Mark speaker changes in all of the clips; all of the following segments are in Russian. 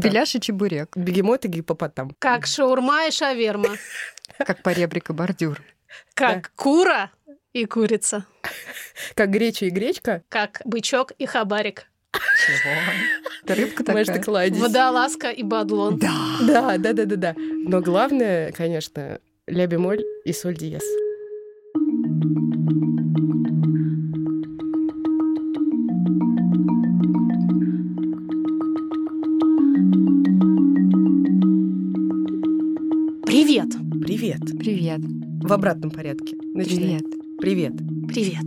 Speaker 1: Беляш и чебурек,
Speaker 2: Бегемот и гипопотам.
Speaker 3: Как шаурма и шаверма.
Speaker 1: как по ребрику бордюр.
Speaker 3: Как кура и курица.
Speaker 2: Как греча и гречка.
Speaker 3: Как бычок и хабарик.
Speaker 1: Чего? Это рыбка такая.
Speaker 2: Понимаешь, ты кладезь.
Speaker 3: Водолазка и бадлон.
Speaker 1: Да.
Speaker 2: Да, да, да, да, да. Но главное, конечно, ля бемоль и соль диез.
Speaker 3: Привет.
Speaker 2: Привет.
Speaker 1: Привет.
Speaker 2: В обратном порядке. Начинаем.
Speaker 1: Привет.
Speaker 2: Привет.
Speaker 3: Привет.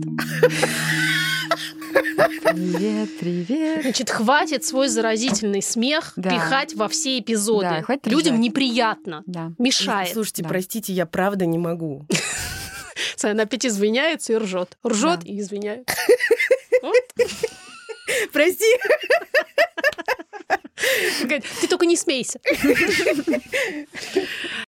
Speaker 1: Привет, привет.
Speaker 3: Значит, хватит свой заразительный смех
Speaker 1: Да.
Speaker 3: пихать во все эпизоды.
Speaker 1: Да, хватит
Speaker 3: Людям
Speaker 1: ржать.
Speaker 3: неприятно.
Speaker 1: Да.
Speaker 3: Мешает.
Speaker 2: Слушайте,
Speaker 1: Да.
Speaker 2: простите, я правда не могу.
Speaker 3: Она опять извиняется и ржет. Ржет
Speaker 1: Да.
Speaker 3: и извиняется.
Speaker 2: Прости.
Speaker 3: Говорит, Ты только не смейся.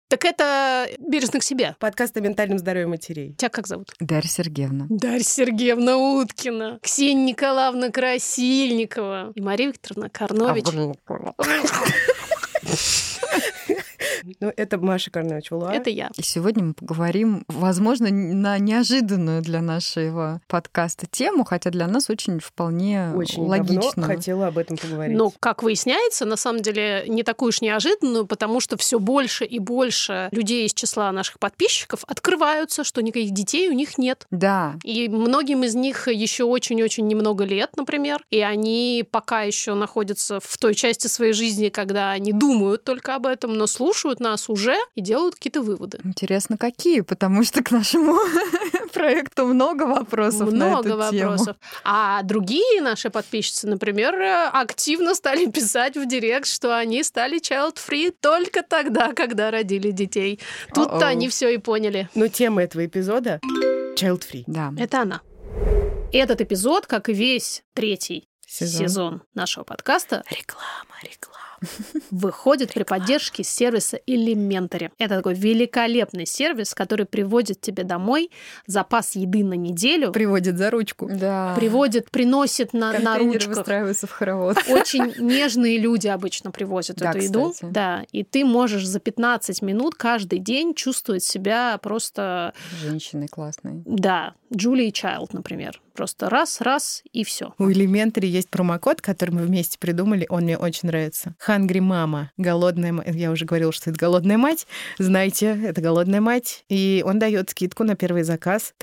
Speaker 3: Так это бережно к себе.
Speaker 2: Подкаст о ментальном здоровье матерей.
Speaker 3: Тебя как зовут?
Speaker 1: Дарья Сергеевна.
Speaker 3: Дарья Сергеевна Уткина, Ксения Николаевна Красильникова и Мария Викторовна Карнович.
Speaker 2: Ну, это Маша Карнович Улуа.
Speaker 3: Это я.
Speaker 1: И сегодня мы поговорим, возможно, на неожиданную для нашего подкаста тему, хотя для нас очень вполне
Speaker 2: очень
Speaker 1: логично.
Speaker 2: давно хотела об этом поговорить.
Speaker 3: Но, как выясняется, на самом деле не такую уж неожиданную, потому что все больше и больше людей из числа наших подписчиков открываются, что никаких детей у них нет.
Speaker 1: Да,
Speaker 3: И многим из них еще очень-очень немного лет, например, и они пока еще находятся в той части своей жизни, когда они думают только об этом, но слушают нас уже и делают какие-то выводы.
Speaker 1: интересно, какие, потому что к нашему проекту много вопросов на
Speaker 3: Много
Speaker 1: эту тему.
Speaker 3: вопросов. А другие наши подписчицы, например, э, активно стали писать в директ, что они стали child-free только тогда, когда родили детей. Тут-то
Speaker 1: О-оу.
Speaker 3: они все и поняли.
Speaker 2: Но тема этого эпизода — Child Free.
Speaker 1: Да.
Speaker 3: Это она. Этот эпизод, как и весь третий сезон,
Speaker 2: Сезон.
Speaker 3: нашего подкаста «Реклама, реклама» выходит при поддержке сервиса Elementary. Это такой великолепный сервис, который приводит тебе домой запас еды на неделю,
Speaker 2: Приводит за ручку.
Speaker 1: Да.
Speaker 3: приводит, приносит на, на
Speaker 1: Контейнеры
Speaker 3: ручках.
Speaker 1: выстраиваются в хоровод.
Speaker 3: Очень нежные люди обычно привозят
Speaker 1: Да,
Speaker 3: эту еду.
Speaker 1: кстати.
Speaker 3: Да, и ты можешь за 15 минут каждый день чувствовать себя просто,
Speaker 1: Женщины классные.
Speaker 3: да, Джулией Чайлд, например. Просто раз-раз и все.
Speaker 2: У Elementary есть промокод, который мы вместе придумали. Он мне очень нравится. Hungry Mama. Голодная мать. Я уже говорила, что это голодная мать. Знаете, это голодная мать. И он дает скидку на первый заказ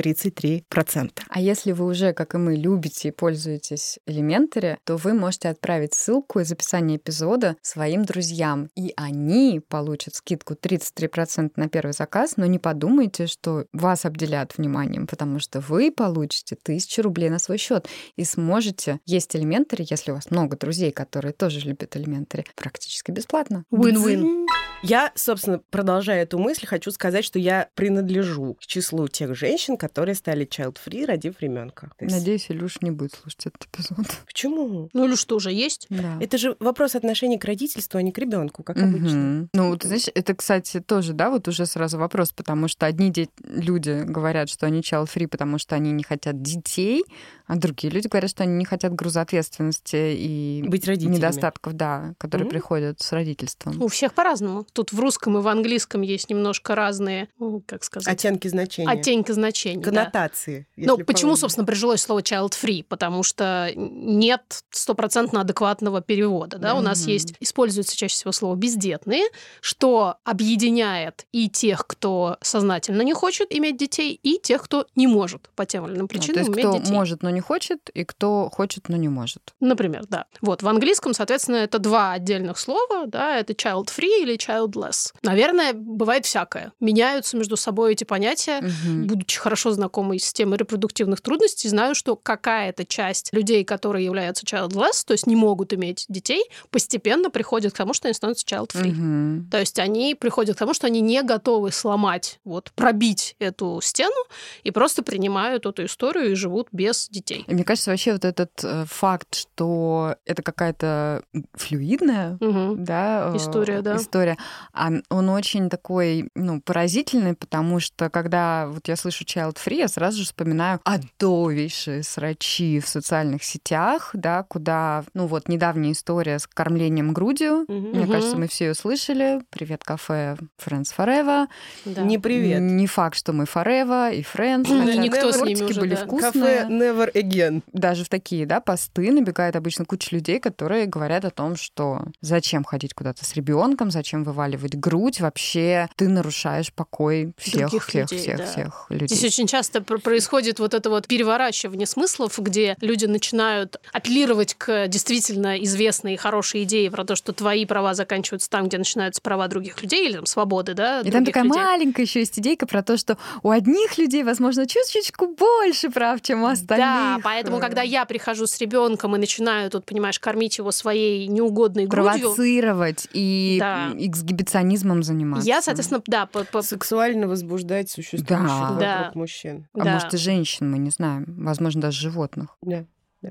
Speaker 2: 33%.
Speaker 1: А если вы уже, как и мы, любите и пользуетесь Elementary, то вы можете отправить ссылку из описания эпизода своим друзьям, и они получат скидку 33% на первый заказ, но не подумайте, что вас обделят вниманием, потому что вы получите 1000 рублей на свой счет и сможете есть Elementary, если у вас много друзей, которые тоже любят Elementary, практически бесплатно.
Speaker 3: Win-win.
Speaker 2: Я, собственно, продолжая эту мысль, хочу сказать, что я принадлежу к числу тех женщин, которые стали child-free, родив ребенка.
Speaker 1: Надеюсь, Илюш не будет слушать этот эпизод.
Speaker 2: Почему?
Speaker 3: Ну или что же есть?
Speaker 1: Да.
Speaker 2: Это же вопрос отношений к родительству, а не к ребенку, как обычно.
Speaker 1: Мгм. Ну, вот, знаешь, это, кстати, тоже, да, вот уже сразу вопрос, потому что одни де- люди говорят, что они child-free, потому что они не хотят детей, а другие люди говорят, что они не хотят груза ответственности и
Speaker 2: Быть родителями.
Speaker 1: недостатков, да, которые
Speaker 2: Мгм.
Speaker 1: приходят с родительством.
Speaker 3: У всех по-разному. Тут в русском и в английском есть немножко разные, ну, как сказать,
Speaker 2: Оттенки значения.
Speaker 3: оттенки значений. да.
Speaker 2: Коннотации.
Speaker 3: Ну,
Speaker 2: если
Speaker 3: почему,
Speaker 2: по-умному.
Speaker 3: собственно, прижилось слово child-free? Потому что нет стопроцентно адекватного перевода. Да? У нас
Speaker 1: Мгм.
Speaker 3: есть, используется чаще всего слово бездетные, что объединяет и тех, кто сознательно не хочет иметь детей, и тех, кто не может по тем или иным
Speaker 1: Да,
Speaker 3: причинам
Speaker 1: А, то есть
Speaker 3: иметь
Speaker 1: кто
Speaker 3: детей.
Speaker 1: может, но не хочет, и кто хочет, но не может.
Speaker 3: Например, да. Вот, в английском, соответственно, это два отдельных слова, да, это child-free или childless. Наверное, бывает всякое. Меняются между собой эти понятия,
Speaker 1: Мгм.
Speaker 3: будучи хорошо знакомой с темой репродуктивных трудностей, знаю, что какая-то часть людей, которые являются childless, то есть не могут иметь детей, постепенно приходит к тому, что они становятся child-free.
Speaker 1: Мгм.
Speaker 3: То есть они приходят к тому, что они не готовы сломать, вот, пробить эту стену и просто принимают эту историю и живут без детей.
Speaker 1: И мне кажется, вообще вот этот э, факт, что это какая-то флюидная
Speaker 3: Мгм.
Speaker 1: да, э,
Speaker 3: История, да.
Speaker 1: История. А он очень такой, ну, поразительный, потому что когда вот я слышу Child Free, я сразу же вспоминаю адовейшие срачи в социальных сетях, да, куда, ну, вот недавняя история с кормлением грудью.
Speaker 3: Мгм.
Speaker 1: Мне
Speaker 4: Мгм.
Speaker 1: кажется, мы все ее слышали. Привет, кафе Friends Forever.
Speaker 4: Да.
Speaker 3: Не привет.
Speaker 1: Не факт, что мы Forever и Friends.
Speaker 3: Да
Speaker 1: хотя
Speaker 3: никто с ними
Speaker 1: тортики
Speaker 3: уже,
Speaker 1: были
Speaker 3: да.
Speaker 1: вкусные.
Speaker 5: Кафе Never Again.
Speaker 1: Даже в такие, да, посты набегает обычно куча людей, которые говорят о том, что зачем ходить куда-то с ребенком, зачем вываливать грудь, вообще ты нарушаешь покой всех,
Speaker 3: Других
Speaker 1: всех,
Speaker 3: людей,
Speaker 1: всех,
Speaker 3: да.
Speaker 1: всех людей.
Speaker 3: Здесь очень часто пр- происходит вот это вот переворачивание смыслов, где люди начинают апеллировать к действительно известной и хорошей идее про то, что твои права заканчиваются там, где начинаются права других людей, или там свободы, да,
Speaker 1: И там
Speaker 3: других
Speaker 1: такая
Speaker 3: людей.
Speaker 1: маленькая еще есть идейка про то, что у одних людей, возможно, чуточку больше прав, чем у остальных. э,
Speaker 3: Да, поэтому, когда я прихожу с ребенком и начинаю тут, понимаешь, кормить его своей неугодной грудью,
Speaker 1: провоцировать и
Speaker 3: Да.
Speaker 1: эксгибиционизмом заниматься.
Speaker 3: я, соответственно, да, по- по-
Speaker 1: а
Speaker 2: Сексуально возбуждать существующих
Speaker 1: Да.
Speaker 2: вокруг
Speaker 3: Да.
Speaker 2: мужчин.
Speaker 1: а
Speaker 3: да.
Speaker 1: может и женщин, мы не знаем, возможно даже животных.
Speaker 2: Да.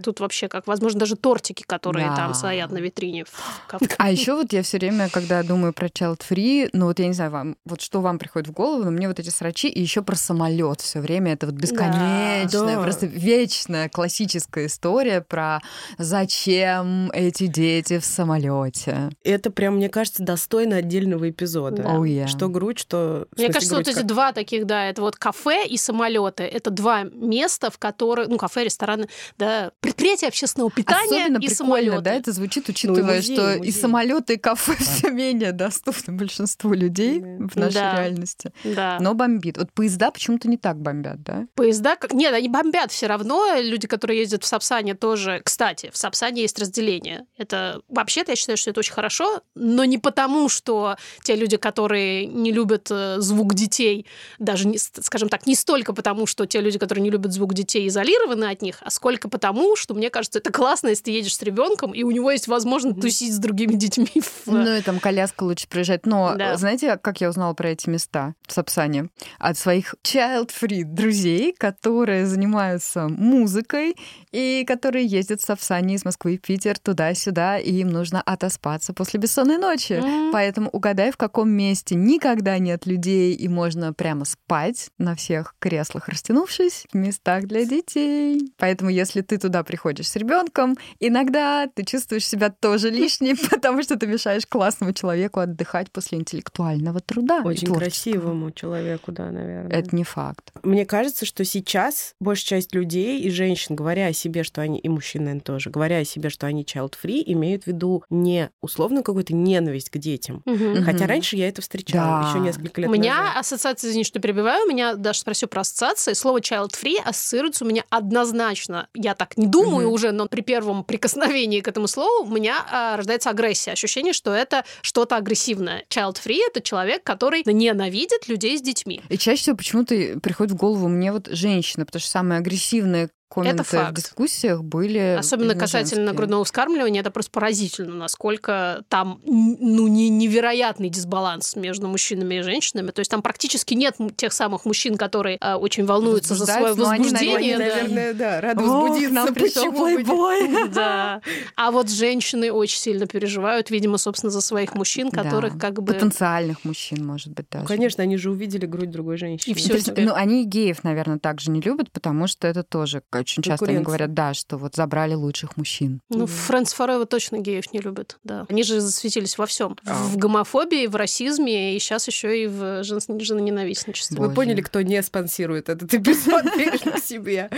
Speaker 3: Тут вообще как, возможно, даже тортики, которые
Speaker 1: Да.
Speaker 3: там стоят на витрине в кафе.
Speaker 1: А еще вот я все время, когда думаю про Child Free, ну вот я не знаю, вам, вот что вам приходит в голову, но мне вот эти срачи и еще про самолет все время это вот бесконечная,
Speaker 2: Да.
Speaker 1: просто вечная классическая история про зачем эти дети в самолете.
Speaker 2: Это прям, мне кажется, достойно отдельного эпизода.
Speaker 3: Да.
Speaker 1: Оу, я.
Speaker 2: Что грудь, что... в
Speaker 3: Мне
Speaker 2: смысле,
Speaker 3: кажется,
Speaker 2: грудь
Speaker 3: вот эти
Speaker 2: как-
Speaker 3: два таких, да, это вот кафе и самолеты. Это два места, в которые, ну, кафе, рестораны, да, предприятия общественного питания
Speaker 1: Особенно
Speaker 3: и Ну,
Speaker 1: прикольно,
Speaker 3: самолеты.
Speaker 1: да, это звучит, учитывая,
Speaker 2: музей,
Speaker 1: что и
Speaker 2: музей.
Speaker 1: самолеты, и кафе все менее доступны большинству людей
Speaker 2: Да.
Speaker 1: в нашей
Speaker 3: Да.
Speaker 1: реальности.
Speaker 3: Да.
Speaker 1: Но бомбит. Вот поезда почему-то не так бомбят, да?
Speaker 3: Поезда, как... нет, они бомбят все равно. Люди, которые ездят в Сапсане, тоже. Кстати, в Сапсане есть разделение. Это вообще-то я считаю, что это очень хорошо, но не потому, что те люди, которые не любят э, звук детей, даже, не, с- скажем так, не столько потому, что те люди, которые не любят звук детей, изолированы от них, а сколько потому, что мне кажется, это классно, если ты едешь с ребенком и у него есть возможность тусить с другими детьми. в- э,
Speaker 1: Ну и там коляска лучше проезжать. Но
Speaker 3: Да.
Speaker 1: э, знаете, как я узнала про эти места в Сапсане? От своих child-free друзей, которые занимаются музыкой и которые ездят в Сапсане из Москвы в Питер туда-сюда, и им нужно отоспаться после бессонной ночи.
Speaker 3: М.
Speaker 1: Поэтому угадай, в каком месте никогда нет людей, и можно прямо спать на всех креслах, растянувшись в местах для детей. Поэтому, если ты туда приходишь с ребенком, иногда ты чувствуешь себя тоже лишним, потому что ты мешаешь классному человеку отдыхать после интеллектуального труда. и
Speaker 2: Очень
Speaker 1: творческого.
Speaker 2: красивому человеку, да, наверное.
Speaker 1: Это не факт.
Speaker 2: Мне кажется, что сейчас большая часть людей и женщин, говоря о себе, что они, и мужчин, наверное, тоже, говоря о себе, что они child-free, имеют в виду не условно какую-то ненависть к детям.
Speaker 3: Мгм.
Speaker 1: Мгм.
Speaker 2: Хотя раньше я это встречала,
Speaker 1: Да.
Speaker 2: еще несколько лет
Speaker 3: У меня
Speaker 2: назад.
Speaker 3: ассоциация, извини, что перебиваю, у меня даже спросил про ассоциации. Слово child free ассоциируется у меня однозначно. Я так не думаю
Speaker 1: Мгм.
Speaker 3: уже, но при первом прикосновении к этому слову у меня а, рождается агрессия. Ощущение, что это что-то агрессивное. Child free это человек, который ненавидит людей с детьми.
Speaker 1: И чаще всего почему-то приходит в голову мне вот женщина, потому что самые агрессивные комменты в
Speaker 3: факт.
Speaker 1: дискуссиях были
Speaker 3: Особенно
Speaker 1: Эм, именно
Speaker 3: касательно
Speaker 1: женские.
Speaker 3: грудного вскармливания, это просто поразительно, насколько там н- ну, не, невероятный дисбаланс между мужчинами и женщинами. То есть там практически нет м- тех самых мужчин, которые а, очень волнуются за свое
Speaker 1: Возбуждаются, но они,
Speaker 3: возбуждение.
Speaker 1: наверное,
Speaker 3: да.
Speaker 5: Наверное, да, рада
Speaker 1: Ох,
Speaker 5: возбудиться.
Speaker 1: нам пришел
Speaker 5: почему бы нет?
Speaker 1: плейбой.
Speaker 3: Да. А вот женщины очень сильно переживают, видимо, собственно, за своих мужчин,
Speaker 1: Да.
Speaker 3: которых как бы...
Speaker 1: Потенциальных мужчин, может быть, даже.
Speaker 2: Ну, Конечно, они же увидели грудь другой женщины.
Speaker 3: всё.
Speaker 1: Интерес-
Speaker 3: себе.
Speaker 1: Ну, они и геев, наверное, также не любят, потому что это тоже как очень часто они
Speaker 2: Конкуренция.
Speaker 1: говорят, да, что вот забрали лучших мужчин.
Speaker 3: Ну, Фрэнс Форева точно геев не любит, да. Они же засветились во всем. В гомофобии, в расизме, и сейчас еще и в жен- женоненавистничестве.
Speaker 1: Боже.
Speaker 5: Вы поняли, кто не спонсирует этот эпизод, бережно себе.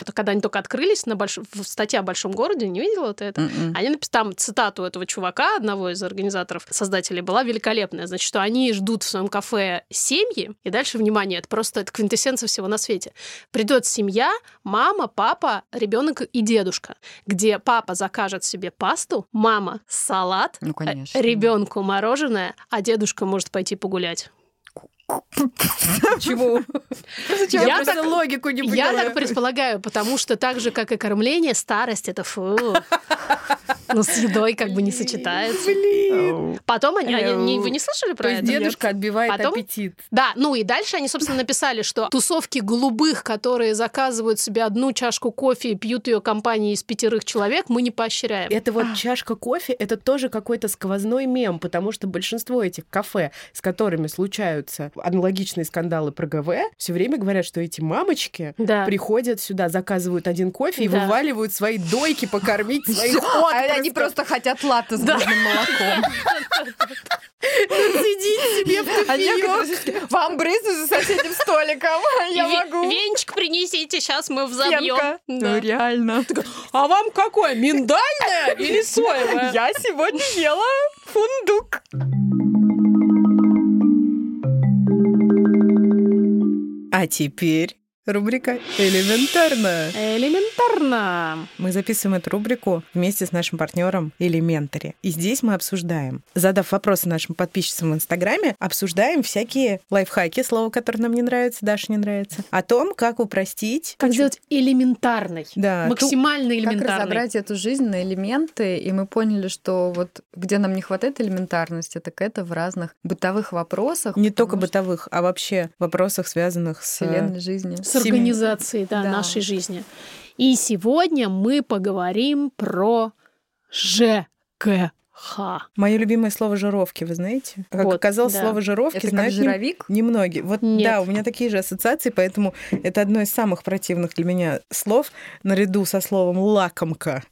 Speaker 3: Это Когда они только открылись, на больш... в статье о большом городе, не видела ты это?
Speaker 1: М-м.
Speaker 3: Они написали, там цитату этого чувака, одного из организаторов, создателей, была великолепная. Значит, что они ждут в своем кафе семьи, и дальше, внимание, это просто это квинтэссенция всего на свете. Придет семья, мама, папа, ребенок и дедушка, где папа закажет себе пасту, мама салат,
Speaker 1: Ну, конечно.
Speaker 3: ребенку мороженое, а дедушка может пойти погулять.
Speaker 5: Чего?
Speaker 3: Я
Speaker 5: Я просто
Speaker 3: так-
Speaker 5: логику не
Speaker 3: Я так
Speaker 5: поняла.
Speaker 3: предполагаю, потому что так же, как и кормление, старость это фу. Но Ну, с едой как бы не сочетается.
Speaker 6: Блин.
Speaker 3: Потом они, они- не-
Speaker 6: Эу.
Speaker 3: вы не слышали
Speaker 6: То
Speaker 3: про
Speaker 6: есть
Speaker 3: это?
Speaker 6: дедушка отбивает
Speaker 3: Потом-
Speaker 6: аппетит.
Speaker 3: Да, ну и дальше они, собственно, написали, что тусовки голубых, которые заказывают себе одну чашку кофе и пьют ее компании из пятерых человек, мы не поощряем.
Speaker 6: Это вот чашка кофе, это тоже какой-то сквозной мем, потому что большинство этих кафе, с которыми случаются аналогичные скандалы про ГВ, все время говорят, что эти мамочки
Speaker 3: Да.
Speaker 6: приходят сюда, заказывают один кофе и
Speaker 3: Да.
Speaker 6: вываливают свои дойки покормить своих
Speaker 1: А Они
Speaker 6: отпрысков.
Speaker 1: просто хотят латы с грудным молоком.
Speaker 6: Сидите себе в
Speaker 1: А
Speaker 6: тупик.
Speaker 1: некоторые такие, вам брызну за соседним столиком, я
Speaker 3: И ве-
Speaker 1: могу.
Speaker 3: Венчик принесите, сейчас мы
Speaker 1: Пенка.
Speaker 3: взобьем.
Speaker 1: Ну, реально.
Speaker 3: А вам какое, миндальное или соевое?
Speaker 1: Я сегодня ела фундук.
Speaker 2: А теперь рубрика «Элементарно».
Speaker 3: Элементарно.
Speaker 2: Мы записываем эту рубрику вместе с нашим партнером Elementary. И здесь мы обсуждаем, задав вопросы нашим подписчицам в Инстаграме, обсуждаем всякие лайфхаки, слово, которое нам не нравится, Даша не нравится, о том, как упростить.
Speaker 3: Как сделать элементарный.
Speaker 2: Да, ту-
Speaker 3: Максимально
Speaker 1: Как
Speaker 3: элементарный.
Speaker 1: разобрать эту жизнь на элементы, и мы поняли, что вот где нам не хватает элементарности, так это в разных бытовых вопросах.
Speaker 2: не
Speaker 1: потому
Speaker 2: только
Speaker 1: что
Speaker 2: бытовых, а вообще вопросах, связанных с... э,
Speaker 1: вселенной жизни.
Speaker 3: С организацией да,
Speaker 1: Да.
Speaker 3: нашей жизни. И сегодня мы поговорим про ЖКХ.
Speaker 2: Мое любимое слово «жировки», вы знаете? А Как
Speaker 3: Вот,
Speaker 2: оказалось,
Speaker 3: да.
Speaker 2: слово «жировки»
Speaker 1: Это как
Speaker 2: знают не-
Speaker 1: жировик?
Speaker 2: Немногие. Вот
Speaker 3: Нет.
Speaker 2: да, у меня такие же ассоциации, поэтому это одно из самых противных для меня слов наряду со словом лакомка.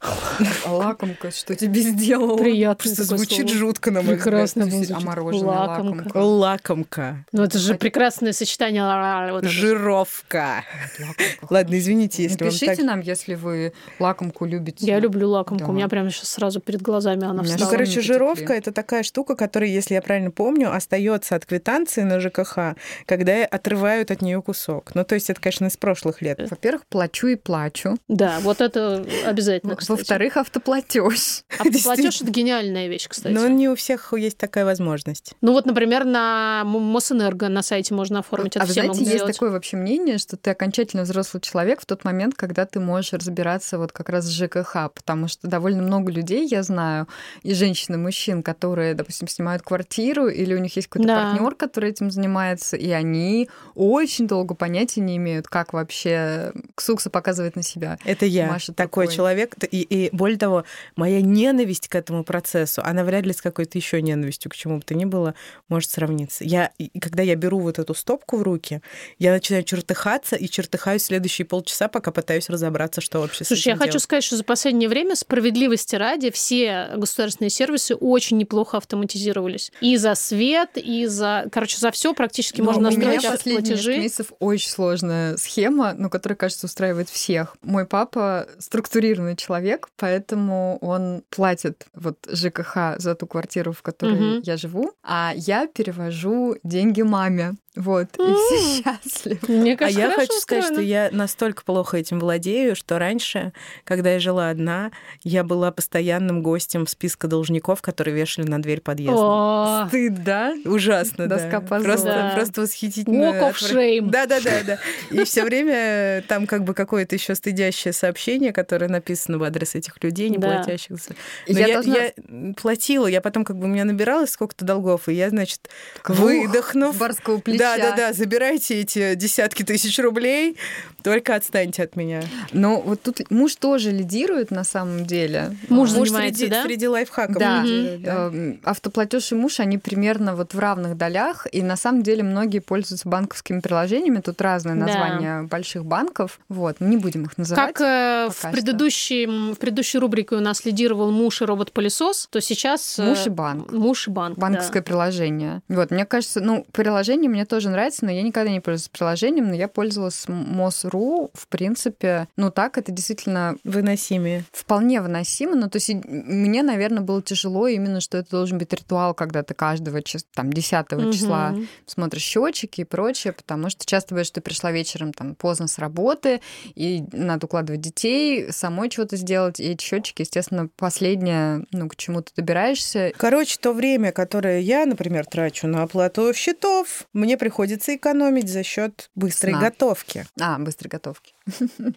Speaker 1: Лакомка, что тебе сделала?
Speaker 3: Приятно.
Speaker 2: Просто звучит жутко на мой взгляд.
Speaker 3: Прекрасно
Speaker 1: Ты
Speaker 3: будет
Speaker 1: все- а
Speaker 3: звучать.
Speaker 1: мороженое, лакомка.
Speaker 2: Лакомка.
Speaker 3: Ну это же прекрасное сочетание. ла-ла-ла, вот это.
Speaker 2: Жировка.
Speaker 1: Лакомка.
Speaker 2: Ладно, извините, если вам
Speaker 1: Напишите
Speaker 2: так...
Speaker 1: нам, если вы лакомку любите.
Speaker 3: Я люблю лакомку.
Speaker 1: Да.
Speaker 3: У меня прямо сейчас сразу перед глазами она
Speaker 1: У меня
Speaker 2: Ну,
Speaker 1: Стало
Speaker 3: встала.
Speaker 2: короче,
Speaker 1: мне
Speaker 2: жировка
Speaker 1: потеплее.
Speaker 2: это такая штука, которая, если я правильно помню, остается от квитанции на ЖКХ, когда отрывают от нее кусок. Ну, то есть это, конечно, из прошлых лет.
Speaker 1: Во-первых, плачу и плачу.
Speaker 3: Да, вот это обязательно,
Speaker 1: Во-
Speaker 3: Ну, кстати.
Speaker 1: Ну, Во-вторых, автоплатеж.
Speaker 3: А платеж — это гениальная вещь, кстати.
Speaker 2: Но
Speaker 3: Ну,
Speaker 2: не у всех есть такая возможность.
Speaker 3: вот, например, на М- Мосэнерго на сайте можно оформить.
Speaker 1: а
Speaker 3: Это
Speaker 1: вы
Speaker 3: все
Speaker 1: знаете,
Speaker 3: могут
Speaker 1: есть
Speaker 3: делать.
Speaker 1: такое вообще мнение, что ты окончательно взрослый человек в тот момент, когда ты можешь разбираться вот как раз с ЖКХ, потому что довольно много людей, я знаю, и женщин, и мужчин, которые, допустим, снимают квартиру, или у них есть какой-то
Speaker 3: Да.
Speaker 1: партнер, который этим занимается, и они очень долго понятия не имеют, как вообще Ксукса показывает на себя.
Speaker 2: Это я,
Speaker 1: Маша
Speaker 2: такой
Speaker 1: такой.
Speaker 2: человек. Т- И, и более того, моя ненависть к этому процессу, она вряд ли с какой-то еще ненавистью к чему бы то ни было может сравниться. Я, и- и когда я беру вот эту стопку в руки, я начинаю чертыхаться и чертыхаюсь следующие полчаса, пока пытаюсь разобраться, что вообще с
Speaker 3: Слушай, я
Speaker 2: этим
Speaker 3: хочу
Speaker 2: делать.
Speaker 3: сказать, что за последнее время, справедливости ради, все государственные сервисы очень неплохо автоматизировались. И за свет, и за... Короче, за все практически
Speaker 1: Но
Speaker 3: можно
Speaker 1: у меня
Speaker 3: настроить
Speaker 1: последние несколько
Speaker 3: платежи.
Speaker 1: месяцев очень сложная схема, но которая, кажется, устраивает всех. Мой папа структурированный человек, поэтому он платит вот ЖКХ за ту квартиру, в которой
Speaker 3: Мгм.
Speaker 1: я живу, а я перевожу деньги маме. Вот, и все счастливы.
Speaker 3: Мне
Speaker 2: А
Speaker 3: кажется,
Speaker 2: я
Speaker 3: хорошо
Speaker 2: хочу сказать, что
Speaker 3: устроено.
Speaker 2: я настолько плохо этим владею, что раньше, когда я жила одна, я была постоянным гостем списка должников, которые вешали на дверь подъезда.
Speaker 3: О,
Speaker 1: Стыд, да?
Speaker 2: Ну, Ужасно, да.
Speaker 1: Доска позора.
Speaker 2: Просто,
Speaker 3: Да.
Speaker 2: просто восхитительно.
Speaker 3: Walk of shame.
Speaker 2: Да, да, да, да. И все время там как бы какое-то еще стыдящее сообщение, которое написано в адрес этих людей, не
Speaker 3: Да.
Speaker 2: платящих. за-
Speaker 1: И
Speaker 2: Но
Speaker 1: я
Speaker 2: я,
Speaker 1: должна-
Speaker 2: я платила, я потом как бы у меня набиралось сколько-то долгов, и я, значит,
Speaker 1: Вух,
Speaker 2: выдохнув.
Speaker 1: С барского плеча.
Speaker 2: Да, да, да, забирайте эти десятки тысяч рублей, только отстаньте от меня.
Speaker 1: Но вот тут муж тоже лидирует на самом деле.
Speaker 3: Муж
Speaker 1: А,
Speaker 3: занимается,
Speaker 2: среди,
Speaker 3: да?
Speaker 2: среди лайфхаков.
Speaker 1: Да.
Speaker 2: лидирует, да.
Speaker 1: Эм, Автоплатеж и муж, они примерно вот в равных долях, и на самом деле многие пользуются банковскими приложениями, тут разные
Speaker 3: Да.
Speaker 1: названия больших банков, вот, не будем их называть.
Speaker 3: Как э, в,
Speaker 1: пока
Speaker 3: предыдущем, в предыдущей рубрике у нас лидировал муж и робот-пылесос, то сейчас... э,
Speaker 1: Муж и банк.
Speaker 3: Муж и банк, да.
Speaker 1: Банковское приложение. Вот, мне кажется, ну, приложение мне тоже нравится, но я никогда не пользуюсь приложением, но я пользовалась МОСРУ, в принципе, ну так, это действительно
Speaker 2: Выносимее.
Speaker 1: вполне выносимо, но то есть и мне, наверное, было тяжело именно, что это должен быть ритуал, когда ты каждого, чис- там, 10
Speaker 3: Мгм.
Speaker 1: числа смотришь счетчики и прочее, потому что часто бывает, что ты пришла вечером там поздно с работы, и надо укладывать детей, самой чего-то сделать, и эти счетчики, естественно, последнее, ну, к чему ты добираешься.
Speaker 2: Короче, то время, которое я, например, трачу на оплату счетов, мне
Speaker 5: приходится экономить за счет быстрой
Speaker 1: Сна.
Speaker 5: готовки.
Speaker 1: А, быстрой готовки.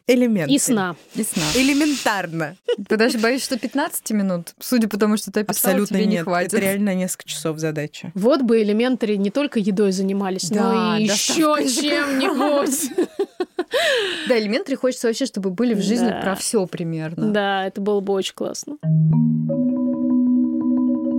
Speaker 5: Элемент.
Speaker 4: И сна.
Speaker 1: И сна.
Speaker 5: Элементарно.
Speaker 1: Ты даже боишься, что 15 минут, судя по тому, что ты описала,
Speaker 5: Абсолютно
Speaker 1: тебе
Speaker 5: нет.
Speaker 1: не
Speaker 5: Это
Speaker 1: хватит.
Speaker 5: реально несколько часов задача.
Speaker 4: Вот бы элементари не только едой занимались,
Speaker 1: Да,
Speaker 4: но и еще
Speaker 1: доставкой
Speaker 4: чем-нибудь.
Speaker 1: Да, элементари хочется вообще, чтобы были в жизни
Speaker 4: Да.
Speaker 1: про все примерно.
Speaker 4: Да, это было бы очень классно.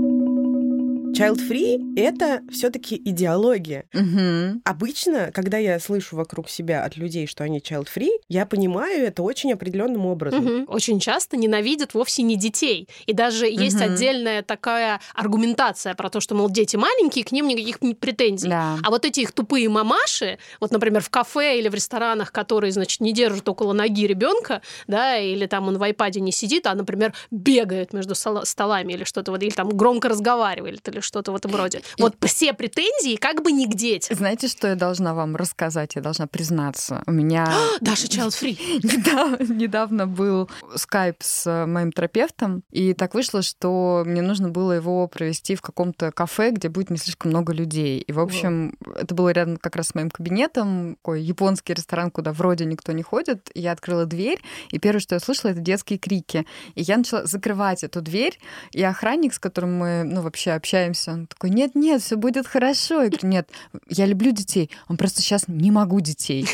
Speaker 5: Child
Speaker 2: Child-free — это все таки идеология.
Speaker 1: Мгм.
Speaker 2: Обычно, когда я слышу вокруг себя от людей, что они child-free, я понимаю это очень определенным образом.
Speaker 3: Мгм. Очень часто ненавидят вовсе не детей. И даже есть
Speaker 1: Мгм.
Speaker 3: отдельная такая аргументация про то, что, мол, дети маленькие, к ним никаких н- претензий.
Speaker 1: Да.
Speaker 3: А вот эти их тупые мамаши, вот, например, в кафе или в ресторанах, которые, значит, не держат около ноги ребенка, да, или там он в айпаде не сидит, а, например, бегает между сола- столами или что-то, вот, или там громко разговаривает или что-то в этом роде. Вот все претензии как бы не к детям.
Speaker 1: Знаете, что я должна вам рассказать? Я должна признаться. У меня
Speaker 3: Даша Child Free.
Speaker 1: недав- недавно был скайп с э, моим терапевтом, и так вышло, что мне нужно было его провести в каком-то кафе, где будет не слишком много людей. И, в общем, это было рядом как раз с моим кабинетом, такой японский ресторан, куда вроде никто не ходит. И Я открыла дверь, и первое, что я слышала, это детские крики. И я начала закрывать эту дверь, и охранник, с которым мы, ну, вообще общаемся, он такой, нет-нет, все будет хорошо. Я говорю, нет, я люблю детей, он просто сейчас не могу детей.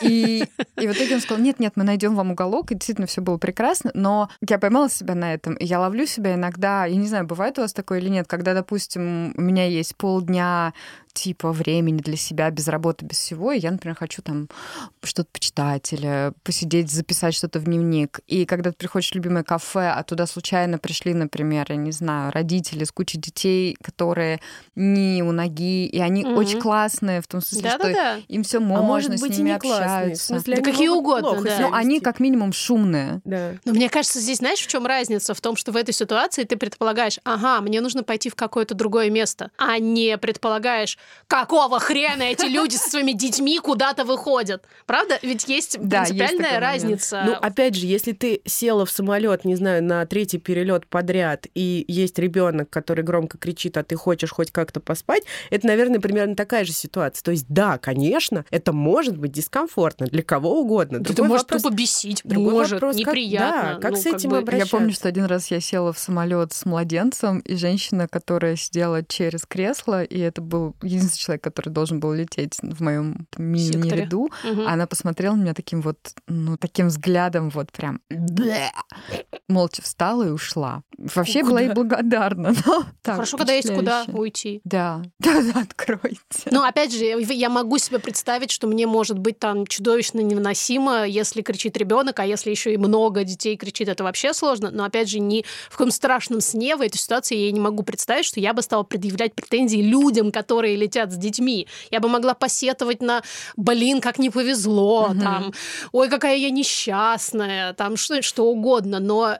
Speaker 1: И, и в итоге он сказал, нет, нет, мы найдем вам уголок, и действительно все было прекрасно, но я поймала себя на этом, и я ловлю себя иногда, я не знаю, бывает у вас такое или нет, когда, допустим, у меня есть полдня типа времени для себя, без работы, без всего, и я, например, хочу там что-то почитать или посидеть, записать что-то в дневник. И когда ты приходишь в любимое кафе, а туда случайно пришли, например, я не знаю, родители с кучей детей, которые не у ноги, и они
Speaker 3: Мгм.
Speaker 1: очень классные, в том смысле, что
Speaker 3: Да-да-да.
Speaker 1: им все можно,
Speaker 2: А может быть
Speaker 1: с
Speaker 2: и
Speaker 1: ними
Speaker 2: не классные. В
Speaker 1: общаются.
Speaker 2: смысле,
Speaker 3: Да
Speaker 2: они
Speaker 3: какие
Speaker 2: могут
Speaker 3: угодно,
Speaker 2: плохо
Speaker 3: да.
Speaker 2: себя
Speaker 1: Ну, они
Speaker 2: вести.
Speaker 1: как минимум шумные.
Speaker 2: Да.
Speaker 3: Но мне кажется, здесь знаешь, в чем разница? В том, что в этой ситуации ты предполагаешь, ага, мне нужно пойти в какое-то другое место, а не предполагаешь, какого хрена эти люди со своими детьми куда-то выходят. Правда? Ведь есть
Speaker 1: Да, есть
Speaker 3: принципиальная
Speaker 1: такой момент.
Speaker 3: разница.
Speaker 1: А,
Speaker 2: Ну, опять же, если ты села в самолет, не знаю, на третий перелет подряд, и есть ребенок, который громко кричит, а ты хочешь хоть как-то поспать, это, наверное, примерно такая же ситуация. То есть, да, конечно, это может быть дискомфортно для кого угодно.
Speaker 3: Это
Speaker 2: Другой
Speaker 3: может
Speaker 2: вопрос-
Speaker 3: тупо бесить,
Speaker 2: другой
Speaker 3: может,
Speaker 2: вопрос, как-
Speaker 3: неприятно.
Speaker 2: да, как
Speaker 3: Ну,
Speaker 2: с этим
Speaker 3: бы-
Speaker 2: обра-
Speaker 1: Я помню,
Speaker 2: Обращаются.
Speaker 1: что один раз я села в самолет с младенцем, и женщина, которая сидела через кресло, и это был единственный человек, который должен был лететь в моем
Speaker 3: Секторе.
Speaker 1: мини-ряду,
Speaker 3: Мгм.
Speaker 2: А
Speaker 1: она посмотрела на меня таким вот, ну, таким взглядом вот прям «Бэ!» молча встала и ушла. Вообще
Speaker 2: Куда?
Speaker 1: была ей благодарна. но так,
Speaker 3: Хорошо, когда есть куда
Speaker 1: впечатляюще.
Speaker 3: уйти.
Speaker 1: Да, да, да, откройте.
Speaker 3: Но Ну, опять же, я- я могу себе представить, что мне может быть там чудовищно невыносимо, если кричит ребенок, а если еще и много детей кричит, это вообще сложно. Но опять же, ни в каком страшном сне в этой ситуации я не могу представить, что я бы стала предъявлять претензии людям, которые летят с детьми. Я бы могла посетовать на блин, как не повезло,
Speaker 1: Мгм.
Speaker 3: там, ой, какая я несчастная, там что, что угодно, но э,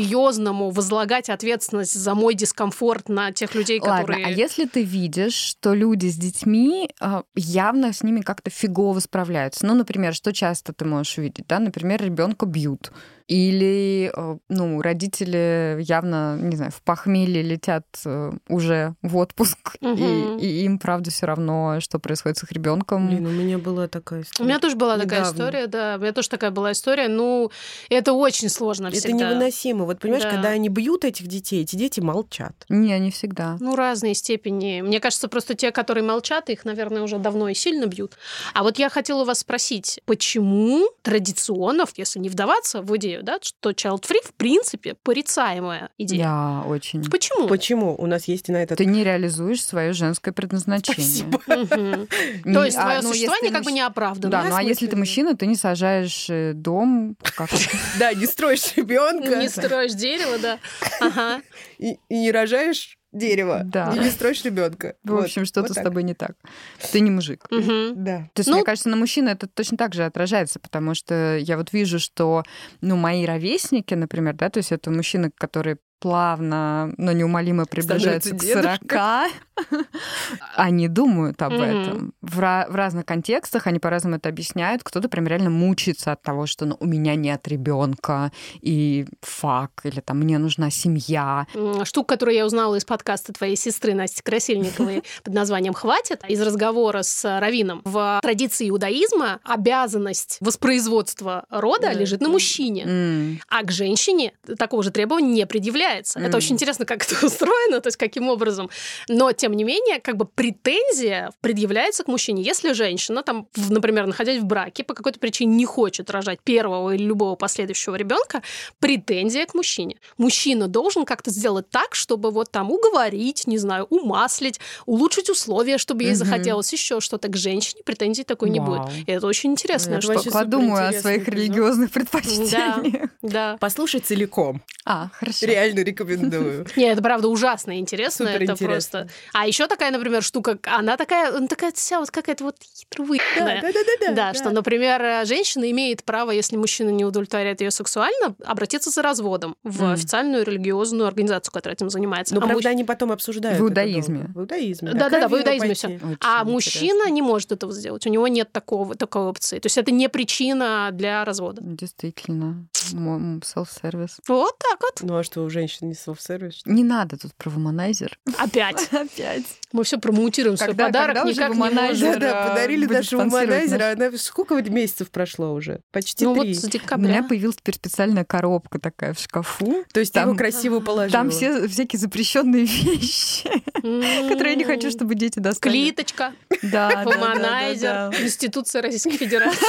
Speaker 3: по-серьезному возлагать ответственность за мой дискомфорт на тех людей, которые...
Speaker 1: Ладно, а если ты видишь, что люди с детьми а, явно с ними как-то фигово справляются, ну, например, что часто ты можешь увидеть, да, например, ребенка бьют, или, э, ну, родители явно, не знаю, в похмелье летят э, уже в отпуск, и-
Speaker 3: Мгм.
Speaker 1: и, им, правда, все равно, что происходит с их ребенком.
Speaker 2: Блин, у меня была такая
Speaker 3: У
Speaker 2: история.
Speaker 3: меня тоже была такая
Speaker 2: недавно.
Speaker 3: история, да. У меня тоже такая была история. Ну, это очень сложно
Speaker 2: Это
Speaker 3: всегда.
Speaker 2: невыносимо. Вот понимаешь,
Speaker 3: Да.
Speaker 2: когда они бьют этих детей, эти дети молчат.
Speaker 1: Не, не всегда.
Speaker 3: Ну, разные степени. Мне кажется, просто те, которые молчат, их, наверное, уже давно и сильно бьют. А вот я хотела у вас спросить, почему традиционно, если не вдаваться в идею, да, что child free, в принципе, порицаемая идея.
Speaker 1: Да, очень.
Speaker 3: Почему?
Speaker 2: Почему? У нас есть и на это...
Speaker 1: Ну. Ты не реализуешь свое женское предназначение.
Speaker 2: Спасибо.
Speaker 3: Мгм.
Speaker 1: Не-
Speaker 3: То есть
Speaker 1: а,
Speaker 3: твое
Speaker 1: ну, если
Speaker 3: существование
Speaker 1: ты
Speaker 3: как бы
Speaker 1: мужч-
Speaker 3: не оправдано.
Speaker 1: Да,
Speaker 2: Да,
Speaker 1: ну а если ты
Speaker 2: смысле?
Speaker 1: мужчина, ты не сажаешь э, дом, как
Speaker 2: Да, не строишь ребенка
Speaker 3: Не строишь дерево, да. Ага.
Speaker 2: и, и не рожаешь дерево.
Speaker 1: Да.
Speaker 2: И не строишь ребенка.
Speaker 1: В общем, что-то с тобой не так. Ты не мужик.
Speaker 3: Мгм.
Speaker 2: Да.
Speaker 1: То есть,
Speaker 3: Ну-
Speaker 1: мне кажется, на мужчин это точно так же отражается, потому что я вот вижу, что, ну, мои ровесники, например, да, то есть это мужчины, которые плавно, но неумолимо приближаются к
Speaker 2: Становится
Speaker 1: 40, они думают об
Speaker 3: Мгм.
Speaker 1: этом. В, ра- в разных контекстах они по-разному это объясняют. Кто-то прям реально мучается от того, что ну, у меня нет ребенка, и фак, или там мне нужна семья.
Speaker 3: М, штука, которую я узнала из подкаста твоей сестры Насти Красильниковой под названием «Хватит» из разговора с Равином. В традиции иудаизма обязанность воспроизводства рода
Speaker 2: Да,
Speaker 3: лежит на
Speaker 2: да.
Speaker 3: мужчине.
Speaker 1: М.
Speaker 3: А к женщине такого же требования не предъявляется.
Speaker 1: Мгм.
Speaker 3: Это очень интересно, как это устроено, то есть каким образом. Но, тем не менее, как бы претензия предъявляется к мужчине. Если женщина, там, в- например, находясь в браке, по какой-то причине не хочет рожать первого или любого последующего ребенка, претензия к мужчине. Мужчина должен как-то сделать так, чтобы вот там уговорить, не знаю, умаслить, улучшить условия, чтобы ей
Speaker 1: Мгм.
Speaker 3: захотелось еще что-то. К женщине претензий такой не будет.
Speaker 1: Вау. Ну,
Speaker 3: И это очень интересная
Speaker 2: Это
Speaker 3: штука.
Speaker 2: вообще
Speaker 1: Подумаю о
Speaker 2: суперинтересный
Speaker 1: своих
Speaker 2: эпизод.
Speaker 1: религиозных предпочтениях.
Speaker 3: Да.
Speaker 2: Послушай целиком.
Speaker 1: А, хорошо.
Speaker 2: Реально рекомендую.
Speaker 3: Не, это правда ужасно интересно, это
Speaker 2: Суперинтересно.
Speaker 3: просто. А еще такая, например, штука, она такая, она такая вся вот какая-то вот хитровыйная. Да,
Speaker 2: Да-да-да-да.
Speaker 3: что, например, э, женщина имеет право, если мужчина не удовлетворяет ее сексуально, обратиться за разводом в
Speaker 1: Мгм.
Speaker 3: официальную религиозную организацию, которая этим занимается.
Speaker 1: Ну,
Speaker 2: Но,
Speaker 3: А
Speaker 2: правда,
Speaker 3: мужч-
Speaker 2: они потом обсуждают.
Speaker 1: В
Speaker 2: это
Speaker 1: иудаизме.
Speaker 2: долго. В иудаизме.
Speaker 3: Да-да-да,
Speaker 2: Как
Speaker 3: в
Speaker 2: Вилла
Speaker 3: иудаизме
Speaker 2: пойти?
Speaker 3: всё.
Speaker 1: Очень интересно.
Speaker 3: А мужчина не может этого сделать, у него нет такого, такой опции. То есть это не причина для развода.
Speaker 1: Ну, Действительно, М- м, self-service.
Speaker 3: Вот так вот.
Speaker 2: Ну а что, у женщин не селф-сервис? что ли?
Speaker 1: Не надо тут про вуманайзер.
Speaker 3: Опять.
Speaker 1: Опять.
Speaker 3: Мы все промутируем, свой
Speaker 1: Когда-
Speaker 3: подарок
Speaker 1: когда уже
Speaker 3: никак не
Speaker 1: гуманайзер?
Speaker 3: можем.
Speaker 1: Э,
Speaker 2: Да-да, подарили
Speaker 1: будет
Speaker 2: Дашу
Speaker 1: спонсировать
Speaker 2: Мадайзера, а она сколько вот месяцев прошло уже? Почти
Speaker 3: Ну вот
Speaker 2: три.
Speaker 3: с
Speaker 1: У меня
Speaker 3: декабря.
Speaker 1: появилась теперь специальная коробка такая в шкафу.
Speaker 2: То есть ты
Speaker 1: там-
Speaker 2: его красиво положила.
Speaker 1: Там все всякие запрещенные вещи, которые я не хочу, чтобы дети достали.
Speaker 3: Клиточка,
Speaker 1: Да, А, да, да, да, да.
Speaker 3: Фоманайзер, Конституция Российской Федерации.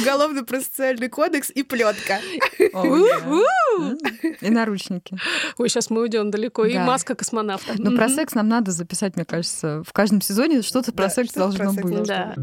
Speaker 2: Уголовно-процессуальный кодекс и плетка.
Speaker 1: О, да. М. И наручники.
Speaker 3: Ой, сейчас мы уйдем далеко. И
Speaker 1: Да.
Speaker 3: маска космонавта.
Speaker 1: Но про секс нам надо записать, мне кажется, в каждом сезоне что-то про
Speaker 2: Да,
Speaker 1: секс
Speaker 2: что-то про
Speaker 1: должно
Speaker 2: секс
Speaker 1: быть.
Speaker 2: должно
Speaker 3: Да.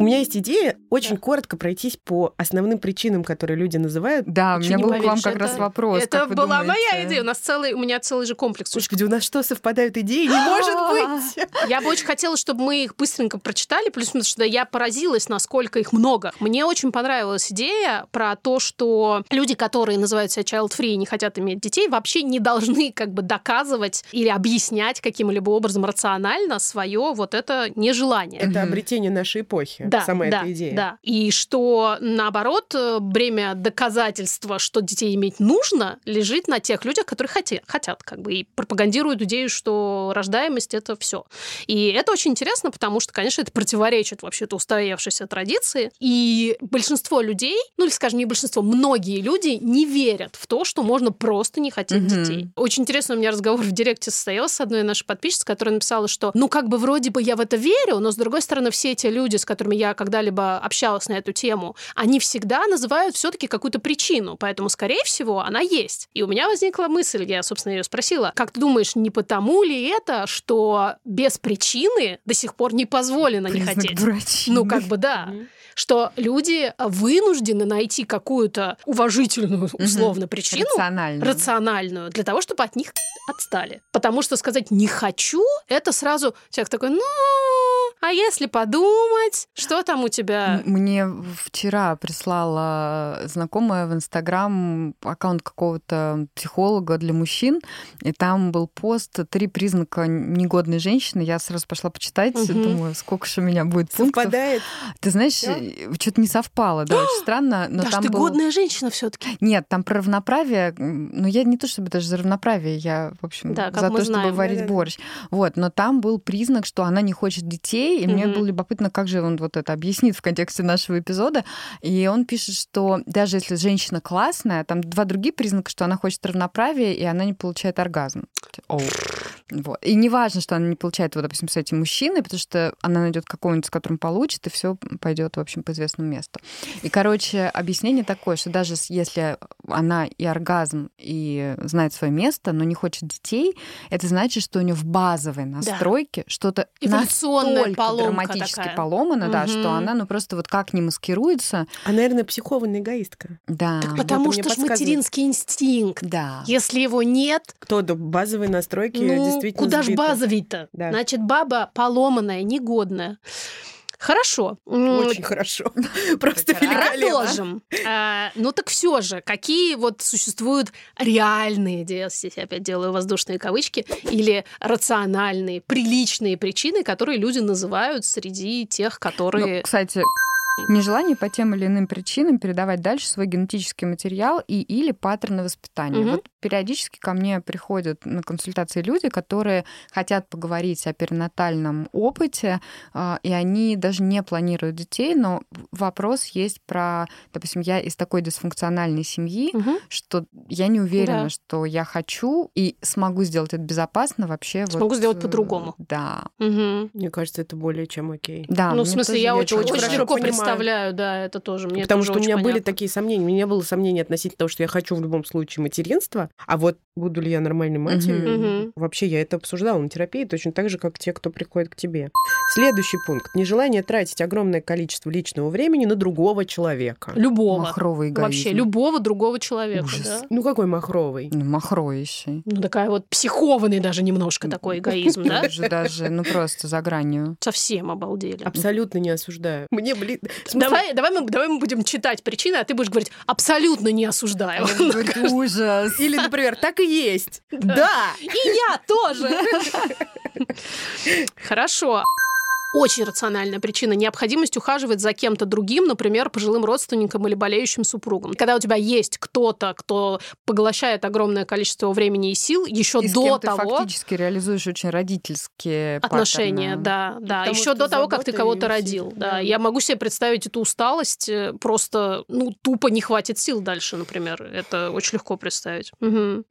Speaker 2: У меня есть идея очень коротко пройтись по основным причинам, которые люди называют.
Speaker 1: Да, у
Speaker 3: Вообще
Speaker 1: меня
Speaker 3: не
Speaker 1: был к вам
Speaker 3: поверишь,
Speaker 1: как раз
Speaker 3: это-
Speaker 1: вопрос.
Speaker 3: Это
Speaker 1: как вы
Speaker 3: была моя
Speaker 1: думаете?
Speaker 3: идея. У нас целый, у меня целый же комплекс.
Speaker 2: Слушай, где у нас что, совпадают идеи? Не может быть!
Speaker 3: Я бы очень хотела, чтобы мы их быстренько прочитали, плюс потому что я поразилась, насколько их много. Мне очень понравилась идея про то, что люди, которые называют себя child-free и не хотят иметь детей, вообще не должны как бы доказывать или объяснять каким-либо образом рационально свое вот это нежелание.
Speaker 2: Это
Speaker 1: Мгм.
Speaker 2: обретение нашей эпохи, сама
Speaker 3: да,
Speaker 2: эта идея.
Speaker 3: Да. И что, наоборот, э, бремя доказательства, что детей иметь нужно, лежит на тех людях, которые хоте- хотят, как бы, и пропагандируют идею, что рождаемость — это все. И это очень интересно, потому что, конечно, это противоречит вообще-то устоявшейся традиции. И большинство людей, ну или, скажем, не большинство, многие люди не верят в то, что можно просто не хотеть
Speaker 1: Мгм.
Speaker 3: детей. Очень интересный у меня разговор в директе состоялся с одной нашей подписчицей, которая написала, что ну как бы вроде бы я в это верю, но с другой стороны все эти люди, с которыми я когда-либо общалась на эту тему, они всегда называют все-таки какую-то причину, поэтому, скорее всего, она есть. И у меня возникла мысль, я, собственно, ее спросила, как ты думаешь, не потому ли это, что без причины до сих пор не позволено не
Speaker 1: Признак
Speaker 3: хотеть?
Speaker 1: дурачины.
Speaker 3: Ну, как бы да, что люди вынуждены найти какую-то уважительную, условно, причину,
Speaker 1: Рационально.
Speaker 3: рациональную, для того, чтобы от них отстали. Потому что сказать «не хочу» — это сразу человек такой «ну, а если подумать, что там у тебя?»
Speaker 1: М- Мне вчера прислала знакомая в Инстаграм аккаунт какого-то психолога для мужчин, и там был пост «Три признака негодной женщины». Я сразу пошла почитать,
Speaker 3: Мгм.
Speaker 1: думаю, сколько же у меня будет пунктов.
Speaker 2: Совпадает.
Speaker 1: Ты знаешь,
Speaker 2: Да?
Speaker 1: что-то не совпало, да, очень странно. Но
Speaker 3: Даш,
Speaker 1: ну, там
Speaker 3: ты
Speaker 1: был-
Speaker 3: годная женщина все таки
Speaker 1: Нет, там про равноправие. м, Ну, я не то чтобы даже за равноправие, я, в общем,
Speaker 3: Да, как
Speaker 1: за
Speaker 3: мы
Speaker 1: то, чтобы
Speaker 3: знаем,
Speaker 1: варить
Speaker 2: да-да-да.
Speaker 1: борщ. Вот, но там был признак, что она не хочет детей, и мне
Speaker 3: Мгм.
Speaker 1: было любопытно, как же он вот это объяснит в контексте нашего эпизода. И он пишет, что даже если женщина классная, там два другие признака, что она хочет равноправия, и она не получает оргазм. Типа, Оу. Вот. И не важно, что она не получает, вот, допустим, с этим мужчиной, потому что она найдет какого-нибудь, с которым получит, и все пойдет, в общем, по известному месту. И, короче, объяснение такое, что даже с- если она и оргазм, и знает свое место, но не хочет детей, это значит, что у нее в базовой настройке что-то
Speaker 3: Эволюционная
Speaker 1: настолько
Speaker 3: поломка
Speaker 1: драматически
Speaker 3: такая.
Speaker 1: поломано, да,
Speaker 3: Мгм.
Speaker 1: что она, ну, просто вот как не маскируется,
Speaker 2: А, наверное, психованная эгоистка.
Speaker 1: да,
Speaker 3: Так потому
Speaker 2: мне
Speaker 3: что ж
Speaker 2: подсказывает.
Speaker 3: материнский инстинкт.
Speaker 1: да.
Speaker 3: Если его нет,
Speaker 2: Кто до базовой настройки
Speaker 3: ну
Speaker 2: действительно
Speaker 3: куда ж
Speaker 2: сбита.
Speaker 3: базовить-то?
Speaker 2: Да.
Speaker 3: Значит, баба поломанная, негодная. Хорошо. М,
Speaker 2: Очень хорошо. Просто великолепно.
Speaker 3: Продолжим. Э, Ну так все же, какие вот существуют реальные, де- здесь я опять делаю воздушные кавычки, или рациональные, приличные причины, которые люди называют среди тех,
Speaker 1: Ну,
Speaker 3: которые...
Speaker 1: кстати, нежелание по тем или иным причинам передавать дальше свой генетический материал и или паттерны воспитания.
Speaker 3: Мгм.
Speaker 1: Вот периодически ко мне приходят на консультации люди, которые хотят поговорить о перинатальном опыте, а, и они даже не планируют детей, но вопрос есть про, допустим, я из такой дисфункциональной семьи,
Speaker 2: Ну,
Speaker 3: Мгм.
Speaker 1: что я не уверена,
Speaker 3: Да.
Speaker 1: что я хочу и смогу сделать это безопасно вообще. вот,
Speaker 3: Смогу сделать
Speaker 1: э,
Speaker 3: по-другому.
Speaker 1: Да,
Speaker 3: Мгм.
Speaker 2: Мне кажется, это более чем окей.
Speaker 1: да.
Speaker 3: ну,
Speaker 1: мне
Speaker 3: в смысле,
Speaker 1: тоже-
Speaker 3: я
Speaker 2: я
Speaker 3: очень,
Speaker 2: это
Speaker 3: очень
Speaker 2: очень хорошо
Speaker 3: легко
Speaker 2: понимаю.
Speaker 3: представляю, да, это тоже мне
Speaker 2: Потому
Speaker 3: тоже
Speaker 2: что у
Speaker 3: очень
Speaker 2: меня были
Speaker 3: понятно.
Speaker 2: такие сомнения. У меня было сомнение относительно того, что я хочу в любом случае материнства, а вот буду ли я нормальной матерью.
Speaker 3: Мгм. Мгм.
Speaker 2: Вообще, я это обсуждала на терапии точно так же, как те, кто приходит к тебе. Следующий пункт. Нежелание тратить огромное количество личного времени на другого человека.
Speaker 3: Любого.
Speaker 1: махровый эгоизм.
Speaker 3: Ну, Вообще, любого другого человека,
Speaker 1: Ужас.
Speaker 3: да.
Speaker 2: Ну, какой махровый.
Speaker 1: Ну, махровящий.
Speaker 3: Ну, такая вот психованный даже немножко такой эгоизм, да?
Speaker 1: Тут же даже, ну просто за гранью.
Speaker 3: Совсем обалдели.
Speaker 2: Абсолютно не осуждаю. Мне, блин... в смысле,
Speaker 3: Давай, давай, мы, давай мы будем читать причины, а ты будешь говорить абсолютно не осуждаю.
Speaker 1: ужас.
Speaker 2: Или, например, так и есть. Да!
Speaker 3: И я тоже. Хорошо. Очень рациональная причина – необходимость ухаживать за кем-то другим, например, пожилым родственником или болеющим супругом. Когда у тебя есть кто-то, кто поглощает огромное количество времени и сил еще
Speaker 1: И с
Speaker 3: до
Speaker 1: кем ты
Speaker 3: того,
Speaker 1: фактически реализуешь очень родительские
Speaker 3: отношения,
Speaker 1: паттерны.
Speaker 3: да, да.
Speaker 2: Потому
Speaker 3: Еще
Speaker 2: что
Speaker 3: до того, как ты
Speaker 2: забота и
Speaker 3: кого-то
Speaker 2: усилия,
Speaker 3: родил, да.
Speaker 2: да.
Speaker 3: Я могу себе представить эту усталость, э, просто, ну, тупо не хватит сил дальше, например. Это очень легко представить. Мгм.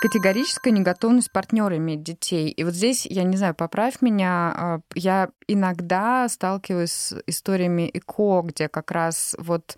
Speaker 1: Категорическая неготовность партнера иметь детей. И вот здесь, я не знаю, поправь меня, а, я иногда сталкиваюсь с историями ЭКО, где как раз вот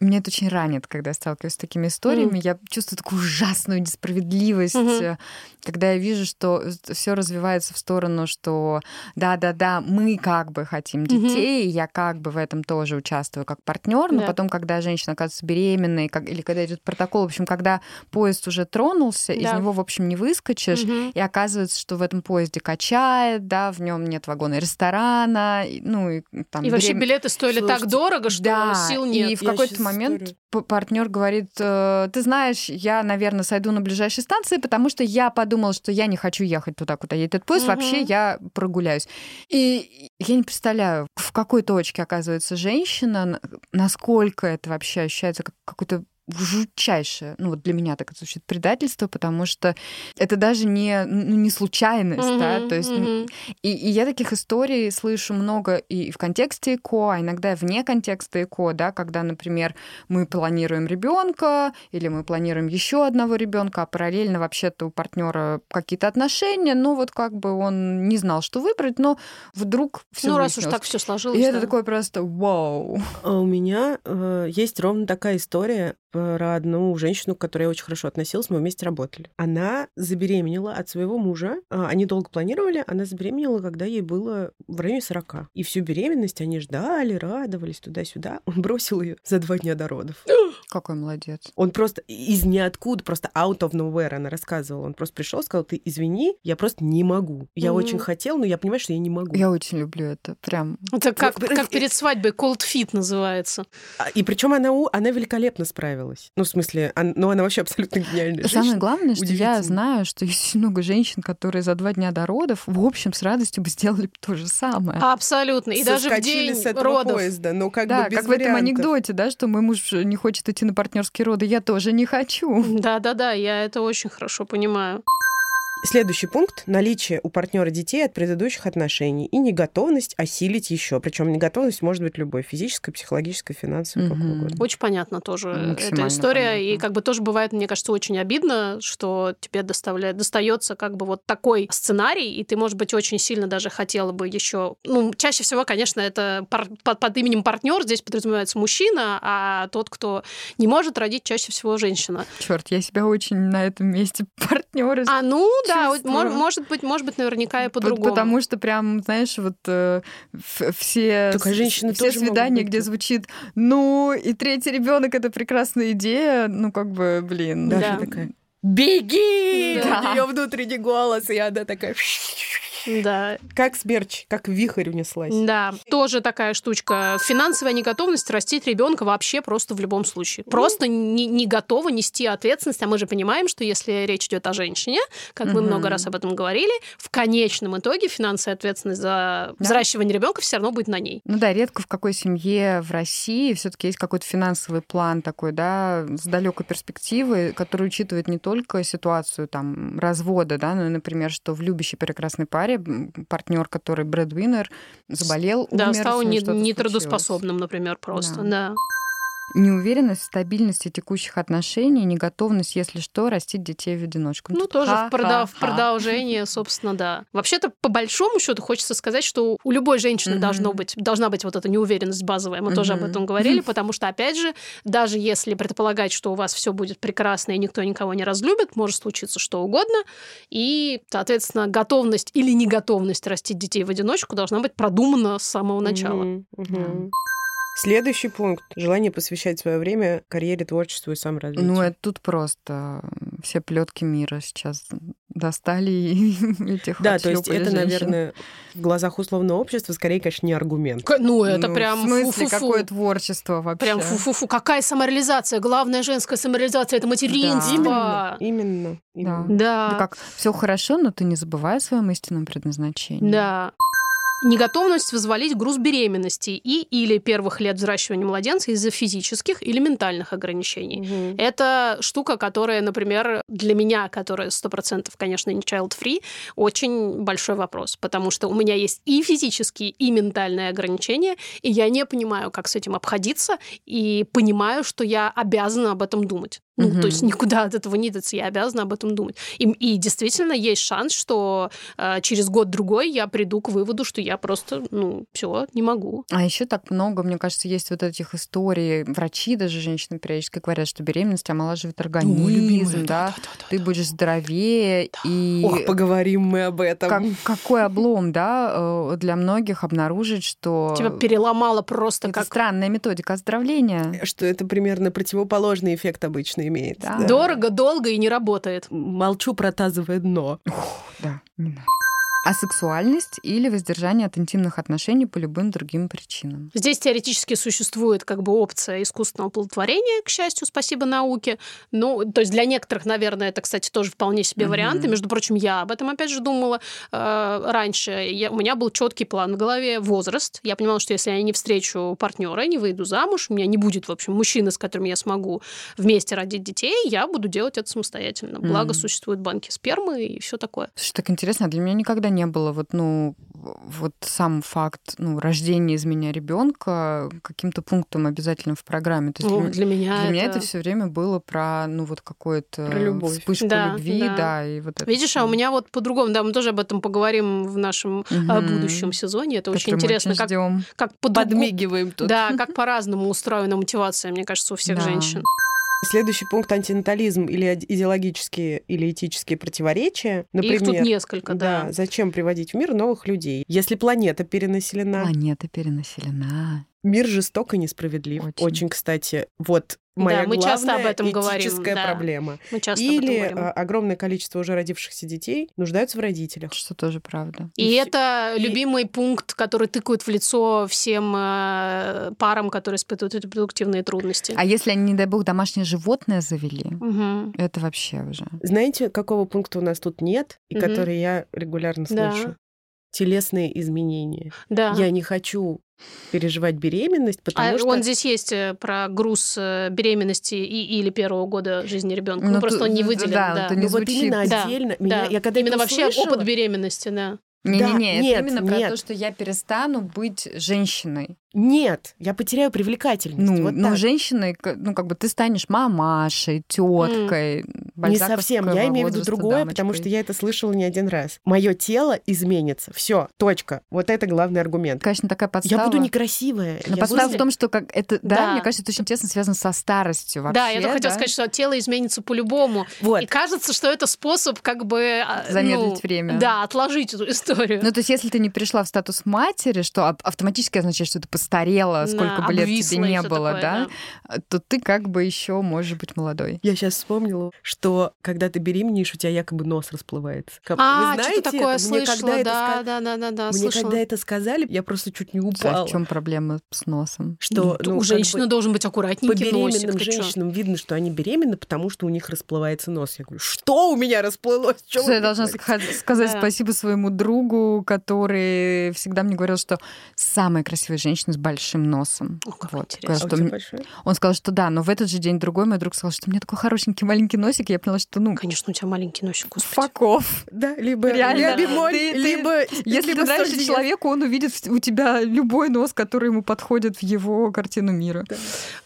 Speaker 1: меня это очень ранит, когда я сталкиваюсь с такими историями. Я чувствую такую ужасную несправедливость,
Speaker 3: Мгм.
Speaker 1: э, когда я вижу, что все развивается в сторону, что да-да-да, мы как бы хотим
Speaker 3: Мгм.
Speaker 1: детей, и я как бы в этом тоже участвую как партнер, но
Speaker 3: Да.
Speaker 1: потом, когда женщина оказывается беременной, как, или когда идет протокол, в общем, когда поезд уже тронулся, из
Speaker 3: Да.
Speaker 1: него, в общем, не выскочишь,
Speaker 3: Мгм.
Speaker 1: и оказывается, что в этом поезде качает, да, в нем нет вагона и ресторана, и, ну и там
Speaker 3: И вообще
Speaker 1: берем-
Speaker 3: билеты стоили так
Speaker 2: Слушайте,
Speaker 3: дорого, что
Speaker 1: да,
Speaker 3: сил
Speaker 1: и
Speaker 3: нет.
Speaker 1: в
Speaker 2: Я
Speaker 1: какой-то
Speaker 2: щас
Speaker 1: момент
Speaker 2: историю.
Speaker 1: п- партнер говорит, «Э, ты знаешь, я, наверное, сойду на ближайшей станции, потому что я подумал, что я не хочу ехать туда, куда едет этот поезд,
Speaker 3: Мгм.
Speaker 1: вообще я прогуляюсь. И я не представляю, в какой точке оказывается женщина, н- насколько это вообще ощущается как какое-то жутчайшее, ну вот для меня так это звучит, предательство, потому что это даже не, ну, не случайность, да,
Speaker 3: Мгм,
Speaker 1: то есть ну,
Speaker 3: мгм.
Speaker 1: и, и я таких историй слышу много и в контексте ЭКО, а иногда и вне контекста ЭКО, да, когда, например, мы планируем ребенка или мы планируем еще одного ребенка, а параллельно вообще-то у партнера какие-то отношения, ну вот как бы он не знал, что выбрать, но вдруг все
Speaker 3: Ну, раз уж так все сложилось.
Speaker 1: И это
Speaker 3: да.
Speaker 1: такое просто вау.
Speaker 2: А У меня э, есть ровно такая история э, про одну женщину, к которой я очень хорошо относилась, мы вместе работали. Она забеременела от своего мужа. А, Они долго планировали, она забеременела, когда ей было в районе 40. И всю беременность они ждали, радовались туда-сюда. Он бросил ее за два дня до родов.
Speaker 1: Какой молодец.
Speaker 2: Он просто из ниоткуда, просто out of nowhere она рассказывала. Он просто пришел, сказал, ты извини, я просто не могу. Я
Speaker 3: Мгм.
Speaker 2: очень хотел, но я понимаю, что я не могу.
Speaker 1: Я очень люблю это, прям.
Speaker 3: Это как,
Speaker 2: Подожди.
Speaker 3: как перед свадьбой cold fit называется.
Speaker 2: А, И причем она, у- она великолепно справилась. Ну, в смысле, он- ну, она вообще абсолютно гениальная
Speaker 1: Самое
Speaker 2: женщина.
Speaker 1: главное, что я
Speaker 2: удивительно.
Speaker 1: знаю, что есть очень много женщин, которые за два дня до родов, в общем, с радостью бы сделали то же самое.
Speaker 3: Абсолютно. И даже в
Speaker 2: Соскочили
Speaker 3: день
Speaker 2: с этого
Speaker 3: родов.
Speaker 2: поезда, но как
Speaker 1: да,
Speaker 2: бы без
Speaker 1: как в этом
Speaker 2: вариантов.
Speaker 1: анекдоте, да, что мой муж не хочет идти на партнерские роды, я тоже не хочу.
Speaker 3: Да-да-да, я это очень хорошо понимаю.
Speaker 2: Следующий пункт – наличие у партнера детей от предыдущих отношений и неготовность осилить еще. Причем неготовность может быть любой – физической, психологической, финансовой, какой
Speaker 1: Мгм.
Speaker 2: угодно.
Speaker 3: Очень понятно тоже э, эта
Speaker 1: Максимально
Speaker 3: история. И
Speaker 1: понятно.
Speaker 3: как бы тоже бывает, мне кажется, очень обидно, что тебе доставляет, достается как бы вот такой сценарий, и ты, может быть, очень сильно даже хотела бы еще... Ну, чаще всего, конечно, это пар- под, под именем партнер здесь подразумевается мужчина, а тот, кто не может родить, чаще всего женщина.
Speaker 1: Черт, я себя очень на этом месте партнеры.
Speaker 3: А ну, да, вот
Speaker 1: Чувствую.
Speaker 3: мож- может быть, может быть, наверняка и по-другому.
Speaker 1: Потому что прям, знаешь, вот э, ф- все,
Speaker 2: Только
Speaker 1: с-
Speaker 2: женщины
Speaker 1: все
Speaker 2: тоже могут
Speaker 1: свидания,
Speaker 2: быть
Speaker 1: где
Speaker 2: тут.
Speaker 1: звучит, ну и третий ребенок это прекрасная идея, ну как бы, блин.
Speaker 3: Да.
Speaker 2: Даша такая «Беги!»
Speaker 1: Да.
Speaker 2: Ее внутренний голос, и она такая
Speaker 3: Да,
Speaker 2: Как смерч, как вихрь унеслась.
Speaker 3: да. Тоже такая штучка. Финансовая неготовность растить ребенка вообще просто в любом
Speaker 1: Ну.
Speaker 3: случае. Просто не, не готова нести ответственность. А мы же понимаем, что если речь идет о женщине, как мы
Speaker 1: Мгм.
Speaker 3: много раз об этом говорили, в конечном итоге финансовая ответственность за
Speaker 1: Да.
Speaker 3: взращивание ребенка все равно будет на ней.
Speaker 1: Ну да, редко в какой семье в России все-таки есть какой-то финансовый план такой, да, с далекой перспективы, который учитывает не только ситуацию там развода, да, ну, например, что в любящей прекрасной паре м, партнер, который брэдвинер, заболел,
Speaker 3: Да,
Speaker 1: умер,
Speaker 3: стал
Speaker 1: с ним
Speaker 3: не-
Speaker 1: что-то случилось.
Speaker 3: нетрудоспособным, например, просто. Да.
Speaker 1: Неуверенность в стабильности текущих отношений, неготовность, если что, растить детей в одиночку.
Speaker 3: Ну,
Speaker 1: тут
Speaker 3: тоже в, прода- в
Speaker 1: ха-ха-ха.
Speaker 3: продолжение, собственно, да. Вообще-то, по большому счету, хочется сказать, что у любой женщины
Speaker 1: Мгм.
Speaker 3: должно быть, должна быть вот эта неуверенность базовая. Мы тоже об
Speaker 1: Мгм.
Speaker 3: этом говорили, потому что, опять же, даже если предполагать, что у вас все будет прекрасно и никто никого не разлюбит, может случиться что угодно. И, соответственно, готовность или неготовность растить детей в одиночку должна быть продумана с самого начала.
Speaker 2: Мгм, мгм. Следующий пункт. Желание посвящать свое время карьере, творчеству и саморазвитию.
Speaker 1: Ну, это тут просто все плетки мира сейчас достали и этих
Speaker 2: Да, то есть
Speaker 1: отшлёпали
Speaker 2: это,
Speaker 1: женщин.
Speaker 2: наверное, в глазах условного общества скорее, конечно, не аргумент.
Speaker 3: К- Ну, это
Speaker 1: Ну,
Speaker 3: прям
Speaker 1: В смысле,
Speaker 3: фу-фу-фу.
Speaker 1: какое творчество вообще?
Speaker 3: Прям фу-фу-фу, какая самореализация? Главная женская самореализация это материнство.
Speaker 2: Именно, именно.
Speaker 1: Да.
Speaker 2: именно.
Speaker 3: Да.
Speaker 1: Да как все хорошо, но ты не забывай о своем истинном предназначении.
Speaker 3: Да. Неготовность взвалить груз беременности и или первых лет взращивания младенца из-за физических или ментальных ограничений.
Speaker 2: Мгм.
Speaker 3: Это штука, которая, например, для меня, которая 100%, конечно, не child-free, очень большой вопрос, потому что у меня есть и физические, и ментальные ограничения, и я не понимаю, как с этим обходиться, и понимаю, что я обязана об этом думать. Ну,
Speaker 1: Мгм.
Speaker 3: то есть никуда от этого не деться, я обязана об этом думать. И, и действительно есть шанс, что э, через год-другой я приду к выводу, что я просто, ну, все, не могу.
Speaker 1: А еще так много, мне кажется, есть вот этих историй. Врачи даже женщины периодически говорят, что беременность омолаживает организм, да, ты будешь здоровее и
Speaker 2: Ох, поговорим мы об этом.
Speaker 1: как- какой облом, да, э, для многих обнаружить, что
Speaker 3: Тебя переломало просто
Speaker 1: это
Speaker 3: как
Speaker 1: странная методика оздоровления.
Speaker 2: Что это примерно противоположный эффект обычно имеет.
Speaker 1: Да.
Speaker 3: дорого, долго и не работает.
Speaker 2: Молчу про тазовое дно.
Speaker 1: Да, не надо. А сексуальность или воздержание от интимных отношений по любым другим причинам.
Speaker 3: Здесь теоретически существует как бы опция искусственного оплодотворения, к счастью, спасибо науке. Ну, то есть для некоторых, наверное, это, кстати, тоже вполне себе
Speaker 1: Мгм.
Speaker 3: варианты. Между прочим, я об этом, опять же, думала э, раньше. Я- у меня был четкий план в голове возраст. Я понимала, что если я не встречу партнера, не выйду замуж, у меня не будет, в общем, мужчины, с которым я смогу вместе родить детей, я буду делать это самостоятельно. Благо,
Speaker 1: Мгм.
Speaker 3: существуют банки спермы и все такое.
Speaker 1: Слушай, так интересно, а для меня никогда не было вот, ну, вот сам факт, ну, рождения из меня ребенка каким-то пунктом обязательно в программе. То есть
Speaker 3: Ну,
Speaker 1: для,
Speaker 3: для меня,
Speaker 1: для меня
Speaker 3: это
Speaker 1: это все время было про, ну, вот какое-то
Speaker 2: Про любовь.
Speaker 1: вспышку
Speaker 3: Да,
Speaker 1: любви,
Speaker 3: да.
Speaker 1: да. и вот это
Speaker 3: Видишь, а у
Speaker 1: всё.
Speaker 3: меня вот по-другому, да, мы тоже об этом поговорим в нашем э,
Speaker 1: Мгм.
Speaker 3: будущем сезоне. Это
Speaker 1: Который
Speaker 3: очень
Speaker 1: мы
Speaker 3: интересно,
Speaker 1: очень
Speaker 3: как,
Speaker 1: ждём.
Speaker 3: как по
Speaker 2: Подмигиваем тут.
Speaker 3: Да, как по-разному устроена мотивация, мне кажется, у всех
Speaker 1: Да.
Speaker 3: женщин.
Speaker 2: Следующий пункт антинатализм или иде- идеологические или этические противоречия.
Speaker 3: И
Speaker 2: Например,
Speaker 3: Их тут несколько, да.
Speaker 2: зачем приводить в мир новых людей, если планета перенаселена?
Speaker 1: Планета перенаселена.
Speaker 2: Мир жесток и несправедлив. Очень,
Speaker 1: Очень.
Speaker 2: кстати, вот моя
Speaker 3: мы часто
Speaker 2: главная
Speaker 3: об этом говорим,
Speaker 2: этическая
Speaker 3: да.
Speaker 2: проблема.
Speaker 3: Мы часто об
Speaker 2: Или
Speaker 3: этом говорим.
Speaker 2: а, огромное количество уже родившихся детей нуждаются в родителях.
Speaker 1: Что тоже правда.
Speaker 3: И,
Speaker 2: и всё-
Speaker 3: это
Speaker 2: и-
Speaker 3: любимый пункт, который тыкают в лицо всем э, парам, которые испытывают репродуктивные трудности.
Speaker 1: А если они, не дай бог, домашнее животное завели,
Speaker 3: Мгм.
Speaker 1: это вообще уже.
Speaker 2: Знаете, какого пункта у нас тут нет, и
Speaker 3: Мгм.
Speaker 2: который я регулярно
Speaker 3: Да.
Speaker 2: слышу? Телесные изменения.
Speaker 3: Да.
Speaker 2: Я не хочу переживать беременность, потому
Speaker 3: А
Speaker 2: что
Speaker 3: он здесь есть э, про груз э, беременности и или первого года жизни ребенка. Ну,
Speaker 1: Ну,
Speaker 3: просто
Speaker 1: тут-
Speaker 3: он не
Speaker 1: да,
Speaker 3: выделен. Да,
Speaker 1: это
Speaker 2: Ну
Speaker 1: не
Speaker 2: вот
Speaker 1: звучит.
Speaker 2: именно
Speaker 3: Да,
Speaker 2: отдельно. Меня,
Speaker 3: Да.
Speaker 2: я когда это
Speaker 3: Именно вообще
Speaker 2: услышала,
Speaker 3: опыт беременности, да.
Speaker 2: Да,
Speaker 1: Не-не-не,
Speaker 2: нет,
Speaker 1: это именно про
Speaker 2: нет.
Speaker 1: то, что я перестану быть женщиной.
Speaker 2: Нет, я потеряю привлекательность.
Speaker 1: Ну,
Speaker 2: вот
Speaker 1: ну,
Speaker 2: так.
Speaker 1: женщиной, к- ну, как бы ты станешь мамашей, теткой.
Speaker 2: Не совсем. Я имею в виду другое, потому что я это слышала не один раз. Мое тело изменится. Все, точка. Вот это главный аргумент.
Speaker 1: Конечно, такая подстава.
Speaker 2: Я буду некрасивая.
Speaker 1: Но
Speaker 2: я
Speaker 1: подстава
Speaker 2: буду-
Speaker 1: в том, что как это, да,
Speaker 3: Да.
Speaker 1: мне кажется, это очень тесно связано со старостью вообще.
Speaker 3: да, я только хотела
Speaker 1: да,
Speaker 3: сказать, что тело изменится по-любому.
Speaker 2: Вот.
Speaker 3: И кажется, что это способ как бы... а,
Speaker 1: Замедлить
Speaker 3: ну,
Speaker 1: время.
Speaker 3: Да, отложить эту историю.
Speaker 1: Ну, то есть, если ты не пришла в статус матери, что ав- автоматически означает, что ты постарела,
Speaker 3: Да,
Speaker 1: сколько бы лет
Speaker 3: обвисла
Speaker 1: тебе
Speaker 3: и
Speaker 1: не
Speaker 3: всё
Speaker 1: было,
Speaker 3: такое,
Speaker 1: да, то ты как бы еще можешь быть молодой.
Speaker 2: Я сейчас вспомнила, что что когда ты беременеешь, у тебя якобы нос расплывается. Как-
Speaker 3: А,
Speaker 2: Вы знаете,
Speaker 3: что-то такое
Speaker 2: это? Мне когда
Speaker 3: слышала,
Speaker 2: это
Speaker 3: да,
Speaker 2: ска-
Speaker 3: да, да, да, да,
Speaker 2: Мне
Speaker 3: слышала.
Speaker 2: когда это сказали, я просто чуть не
Speaker 1: А
Speaker 2: упала.
Speaker 1: в чем проблема с носом?
Speaker 2: Что
Speaker 3: Ну,
Speaker 2: ну,
Speaker 3: у
Speaker 2: как
Speaker 3: женщины
Speaker 2: бы
Speaker 3: должен быть
Speaker 2: по
Speaker 3: аккуратненький носик.
Speaker 2: беременным
Speaker 3: ты чё?
Speaker 2: женщинам видно, что они беременны, потому что у них расплывается нос. Я говорю, что у меня расплылось? Чё
Speaker 1: Что
Speaker 2: вы
Speaker 1: я должна
Speaker 2: говорите?»
Speaker 1: ска- сказать
Speaker 3: Да.
Speaker 1: спасибо своему другу, который всегда мне говорил, что самая красивая женщина с большим носом.
Speaker 3: О, как
Speaker 1: Вот,
Speaker 2: А
Speaker 3: интересно.
Speaker 2: у
Speaker 1: что
Speaker 2: тебя
Speaker 1: м-
Speaker 2: большой?
Speaker 1: Он сказал, что да, но в этот же день другой мой друг сказал, что у меня такой хорошенький маленький носик, и я поняла, что ну,
Speaker 3: Конечно, у тебя маленький носик, господи.
Speaker 1: факов.
Speaker 2: Да, либо
Speaker 1: Реально.
Speaker 2: ля бемоль,
Speaker 1: Ты- ты-
Speaker 2: либо...
Speaker 1: Если
Speaker 2: либо
Speaker 1: ты нравишься
Speaker 2: соль диез.
Speaker 1: человеку, он увидит в- у тебя любой нос, который ему подходит в его картину мира.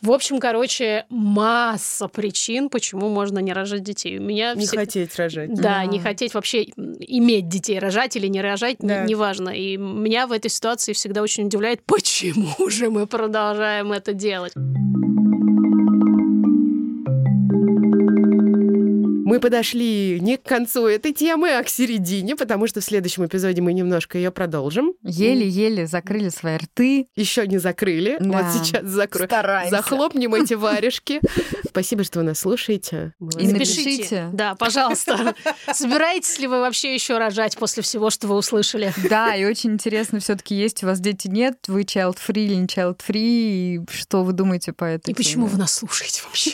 Speaker 3: В общем, короче, масса причин, почему можно не рожать детей. У меня
Speaker 2: Не
Speaker 3: все-
Speaker 2: хотеть рожать.
Speaker 3: Да,
Speaker 1: Да.
Speaker 3: не хотеть вообще м, иметь детей, рожать или не рожать, не-
Speaker 2: Да.
Speaker 3: неважно. И меня в этой ситуации всегда очень удивляет, почему же мы продолжаем это делать.
Speaker 5: Мы подошли
Speaker 2: не к концу этой темы, а к середине, потому что в следующем эпизоде мы немножко ее продолжим.
Speaker 1: Еле-еле закрыли свои рты.
Speaker 2: Еще не закрыли.
Speaker 1: Да.
Speaker 2: Вот сейчас закроем.
Speaker 1: Стараемся.
Speaker 2: Захлопнем эти варежки. Спасибо, что вы нас слушаете. Молодцы.
Speaker 1: И на-
Speaker 3: Напишите.
Speaker 1: Напишите.
Speaker 3: Да, пожалуйста. Собираетесь ли вы вообще еще рожать после всего, что вы услышали?
Speaker 1: Да, и очень интересно, все-таки есть у вас дети, нет, вы child free или не child free, и что вы думаете по этой
Speaker 3: И почему
Speaker 1: теме?
Speaker 3: вы нас слушаете вообще?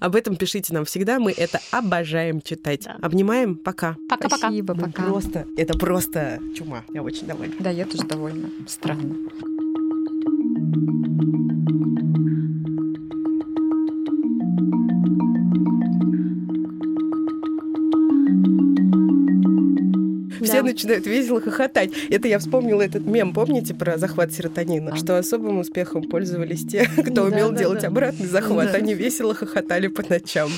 Speaker 2: Об этом пишите нам всегда. Мы это обожаем читать.
Speaker 3: Да.
Speaker 2: Обнимаем. Пока.
Speaker 3: Пока-пока.
Speaker 1: Спасибо,
Speaker 2: Ну,
Speaker 1: пока.
Speaker 2: Просто, это просто чума. Я очень довольна.
Speaker 1: Да, я тоже довольна. Странно.
Speaker 2: Все начинают весело хохотать. Это я вспомнила этот мем, помните, про захват серотонина?
Speaker 1: Да.
Speaker 2: Что особым успехом пользовались те,
Speaker 3: Да,
Speaker 2: кто умел
Speaker 3: А. да,
Speaker 2: делать
Speaker 3: да.
Speaker 2: обратный захват.
Speaker 3: Да.
Speaker 2: Они весело хохотали по ночам.